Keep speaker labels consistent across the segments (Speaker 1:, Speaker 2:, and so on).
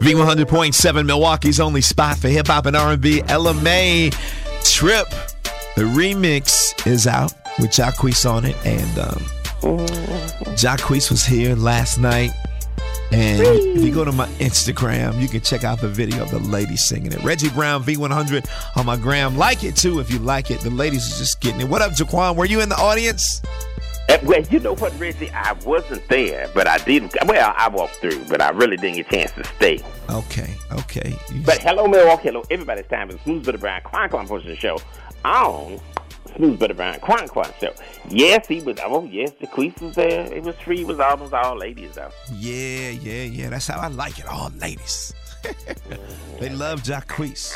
Speaker 1: V100.7 Milwaukee's only spot for hip hop and R&B. LMA Trip. The remix is out with Jacquees on it, and um, Jacquees was here last night. And if you go to my Instagram, you can check out the video of the ladies singing it. Reggie Brown V100 on my gram. Like it too if you like it. The ladies are just getting it. What up, Jaquan? Were you in the audience?
Speaker 2: Uh, Well, you know what, Reggie? I wasn't there, but I did. Well, I walked through, but I really didn't get a chance to stay.
Speaker 1: Okay, okay. You-
Speaker 2: But hello, Milwaukee. Hello, everybody. It's time for the Smooth Butter Brown Quan Quan portion of the show on Smooth Butter Brown Quan Quan show. Yes, he was. Oh, yes, the Queef was there. It was free. It was almost all ladies, though.
Speaker 1: yeah, yeah, yeah. That's how I like it. All ladies. they love Jacquees.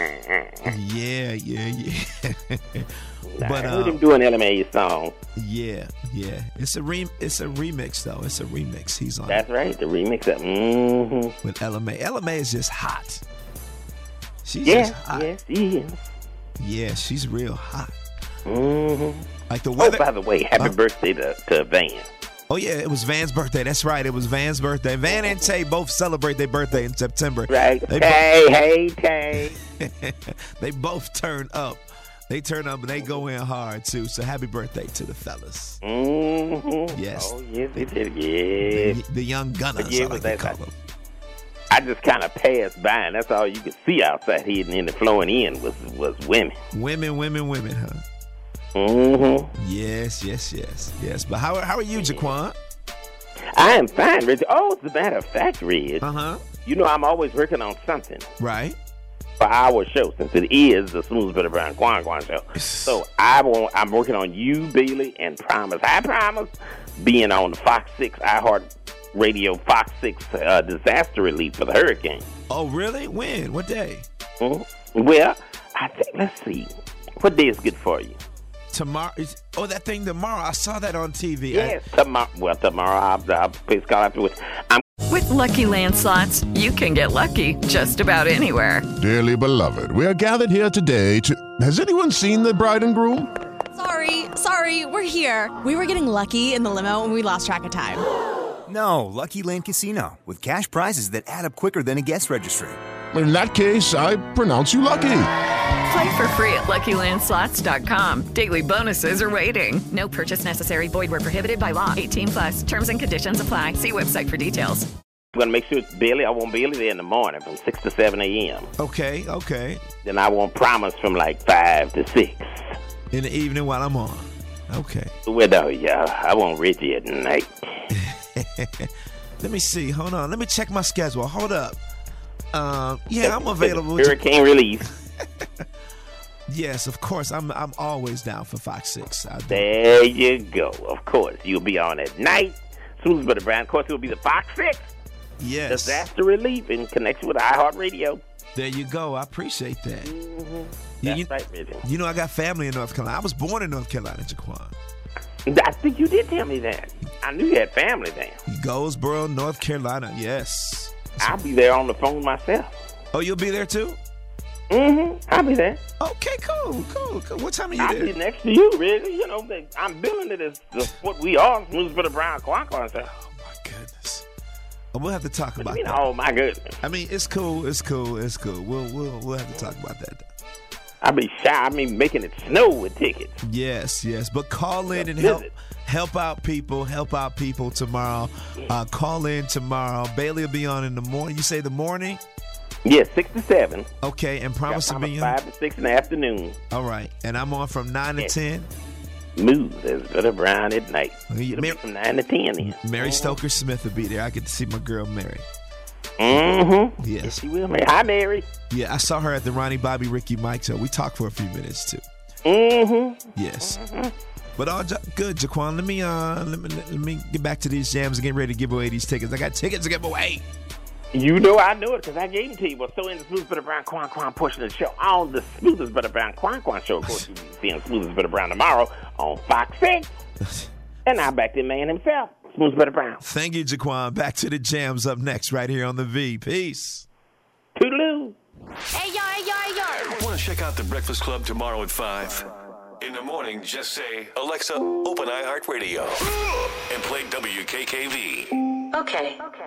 Speaker 1: Yeah, yeah, yeah.
Speaker 2: I
Speaker 1: but
Speaker 2: heard him
Speaker 1: um,
Speaker 2: do an LMA song.
Speaker 1: yeah, yeah. It's a re- it's a remix though. It's a remix. He's on
Speaker 2: That's right, the remix of. Mm-hmm.
Speaker 1: it with LMA. LMA is just hot. She's
Speaker 2: Yes,
Speaker 1: just hot.
Speaker 2: yes, yes.
Speaker 1: Yeah, she's real hot.
Speaker 2: Mm-hmm.
Speaker 1: Like the
Speaker 2: Oh,
Speaker 1: weather.
Speaker 2: by the way, happy
Speaker 1: Huh?
Speaker 2: birthday to, to Van.
Speaker 1: Oh yeah, it was Van's birthday. That's right. It was Van's birthday. Van and Tay both celebrate their birthday in September.
Speaker 2: Right?
Speaker 1: They,
Speaker 2: hey, hey, hey.
Speaker 1: bo- they both turn up. They turn up and they go in hard too. So happy birthday to the fellas.
Speaker 2: Mm-hmm.
Speaker 1: Yes.
Speaker 2: Oh, yes, it is. Yes.
Speaker 1: The, the young gunners,
Speaker 2: Yeah,
Speaker 1: I like
Speaker 2: but
Speaker 1: to
Speaker 2: that's-
Speaker 1: call them.
Speaker 2: I just kind of passed by, and that's all you could see outside here, and the flowing in was was women.
Speaker 1: Women, women, women, huh?
Speaker 2: Mm-hmm.
Speaker 1: Yes, yes, yes, yes. But how, how are you, Jaquan?
Speaker 2: I am fine, Rich. Oh, as a matter of fact, Rich,
Speaker 1: Uh huh.
Speaker 2: you know I'm always working on something
Speaker 1: Right.
Speaker 2: for our show, since it is the Smooth Butter Brown Quan Quan show. So I will, I'm working on you, Bailey, and Promise. I promise being on Fox Six, iHeart Radio, Fox Six uh, disaster relief for the hurricane.
Speaker 1: Oh, really? When? What day?
Speaker 2: Mm-hmm. Well, I think let's see, what day is good for you?
Speaker 1: Tomorrow? Is, oh, that thing tomorrow. I saw that on TV. I-
Speaker 2: Yes, tomorrow. Well, tomorrow I'll, I'll please call afterwards. I'm
Speaker 3: With Lucky Land slots, you can get lucky just about anywhere.
Speaker 4: Dearly beloved, we are gathered here today to. Has anyone seen the bride and groom?
Speaker 5: Sorry, sorry, we're here. We were getting lucky in the limo and we lost track of time.
Speaker 6: No, Lucky Land Casino, with cash prizes that add up quicker than a guest registry.
Speaker 4: In that case, I pronounce you lucky.
Speaker 3: Play for free at LuckyLandSlots.com. Daily bonuses are waiting.
Speaker 7: No purchase necessary. Void where prohibited by law. 18 plus terms and conditions apply. See website for details.
Speaker 2: going to make sure it's Billy. I want Billy there in the morning from 6 to 7 a.m.
Speaker 1: Okay. Okay.
Speaker 2: Then I want Promise from like 5 to 6.
Speaker 1: in the evening while I'm on. Okay.
Speaker 2: Well, yeah, I want Reggie at night.
Speaker 1: Let me see. Hold on. Let me check my schedule. Hold up. Um, yeah, I'm available.
Speaker 2: Hurricane relief.
Speaker 1: Yes, of course. I'm I'm always down for Fox Six. I do.
Speaker 2: There you go. Of course, you'll be on at night. Susan Butter Brown. Of course, it'll be the Fox 6
Speaker 1: Yes.
Speaker 2: disaster relief in connection with iHeartRadio.
Speaker 1: There you go. I appreciate that. You-
Speaker 2: Mm-hmm. That's
Speaker 1: you,
Speaker 2: right, Reggie.
Speaker 1: you know, I got family in North Carolina. I was born in North Carolina, Jaquan.
Speaker 2: I think you did tell me that. I knew you had family there.
Speaker 1: Goldsboro, North Carolina. Yes.
Speaker 2: I'll be there on the phone myself.
Speaker 1: Oh, you'll be there too?
Speaker 2: Mm-hmm. I'll be there.
Speaker 1: Okay, cool, cool, cool. What time are
Speaker 2: I'll
Speaker 1: you
Speaker 2: be
Speaker 1: there?
Speaker 2: next to you, really. You know, they, I'm billing it as the, what we are, Smooth Butter Brown Quack on stuff.
Speaker 1: Oh my goodness. Oh, we'll have to talk
Speaker 2: I
Speaker 1: about
Speaker 2: mean,
Speaker 1: that.
Speaker 2: oh my goodness,
Speaker 1: I mean, it's cool, it's cool, it's cool. We'll we'll we'll have to talk about that.
Speaker 2: I be shy. I mean, making it snow with tickets.
Speaker 1: Yes, yes. But call in and
Speaker 2: Visit.
Speaker 1: help help out people. Help out people tomorrow. Uh, call in tomorrow. Bailey will be on in the morning. You say the morning?
Speaker 2: Yeah, six to seven.
Speaker 1: Okay, and
Speaker 2: Got
Speaker 1: promise to
Speaker 2: Mama
Speaker 1: be on.
Speaker 2: five to six in the afternoon.
Speaker 1: All right. And I'm on from nine to
Speaker 2: Yes.
Speaker 1: ten.
Speaker 2: Smooth as butter brown at night.
Speaker 1: Well, you-
Speaker 2: It'll be
Speaker 1: Mar-
Speaker 2: from nine to ten. Then.
Speaker 1: Mary Stoker Smith will be there. I get to see my girl Mary.
Speaker 2: Mm-hmm.
Speaker 1: Yes.
Speaker 2: She will. Mary. Hi, Mary.
Speaker 1: Yeah, I saw her at the Ronnie Bobby Ricky Mike show. We talked for a few minutes too.
Speaker 2: Mm-hmm.
Speaker 1: Yes. But all ja- good, Jaquan. Let me uh, let me let me get back to these jams and get ready to give away these tickets. I got tickets to give away.
Speaker 2: You know I know it because I gave it to you. We're still in the Smoothest Better Brown Quan Quan portion of the show on the Smoothest Better Brown Quan Quan show. Of course, you'll be seeing Smoothest Better Brown tomorrow on Fox 6. And I back the man himself, Smoothest Better Brown.
Speaker 1: Thank you, Jaquan. Back to the jams up next, right here on the V. Peace.
Speaker 2: Toodaloo.
Speaker 5: Hey, yar, yar, yar.
Speaker 8: Want to check out The Breakfast Club tomorrow at 5? In the morning, just say, Alexa, open iHeartRadio and play WKKV.
Speaker 9: Okay. Okay.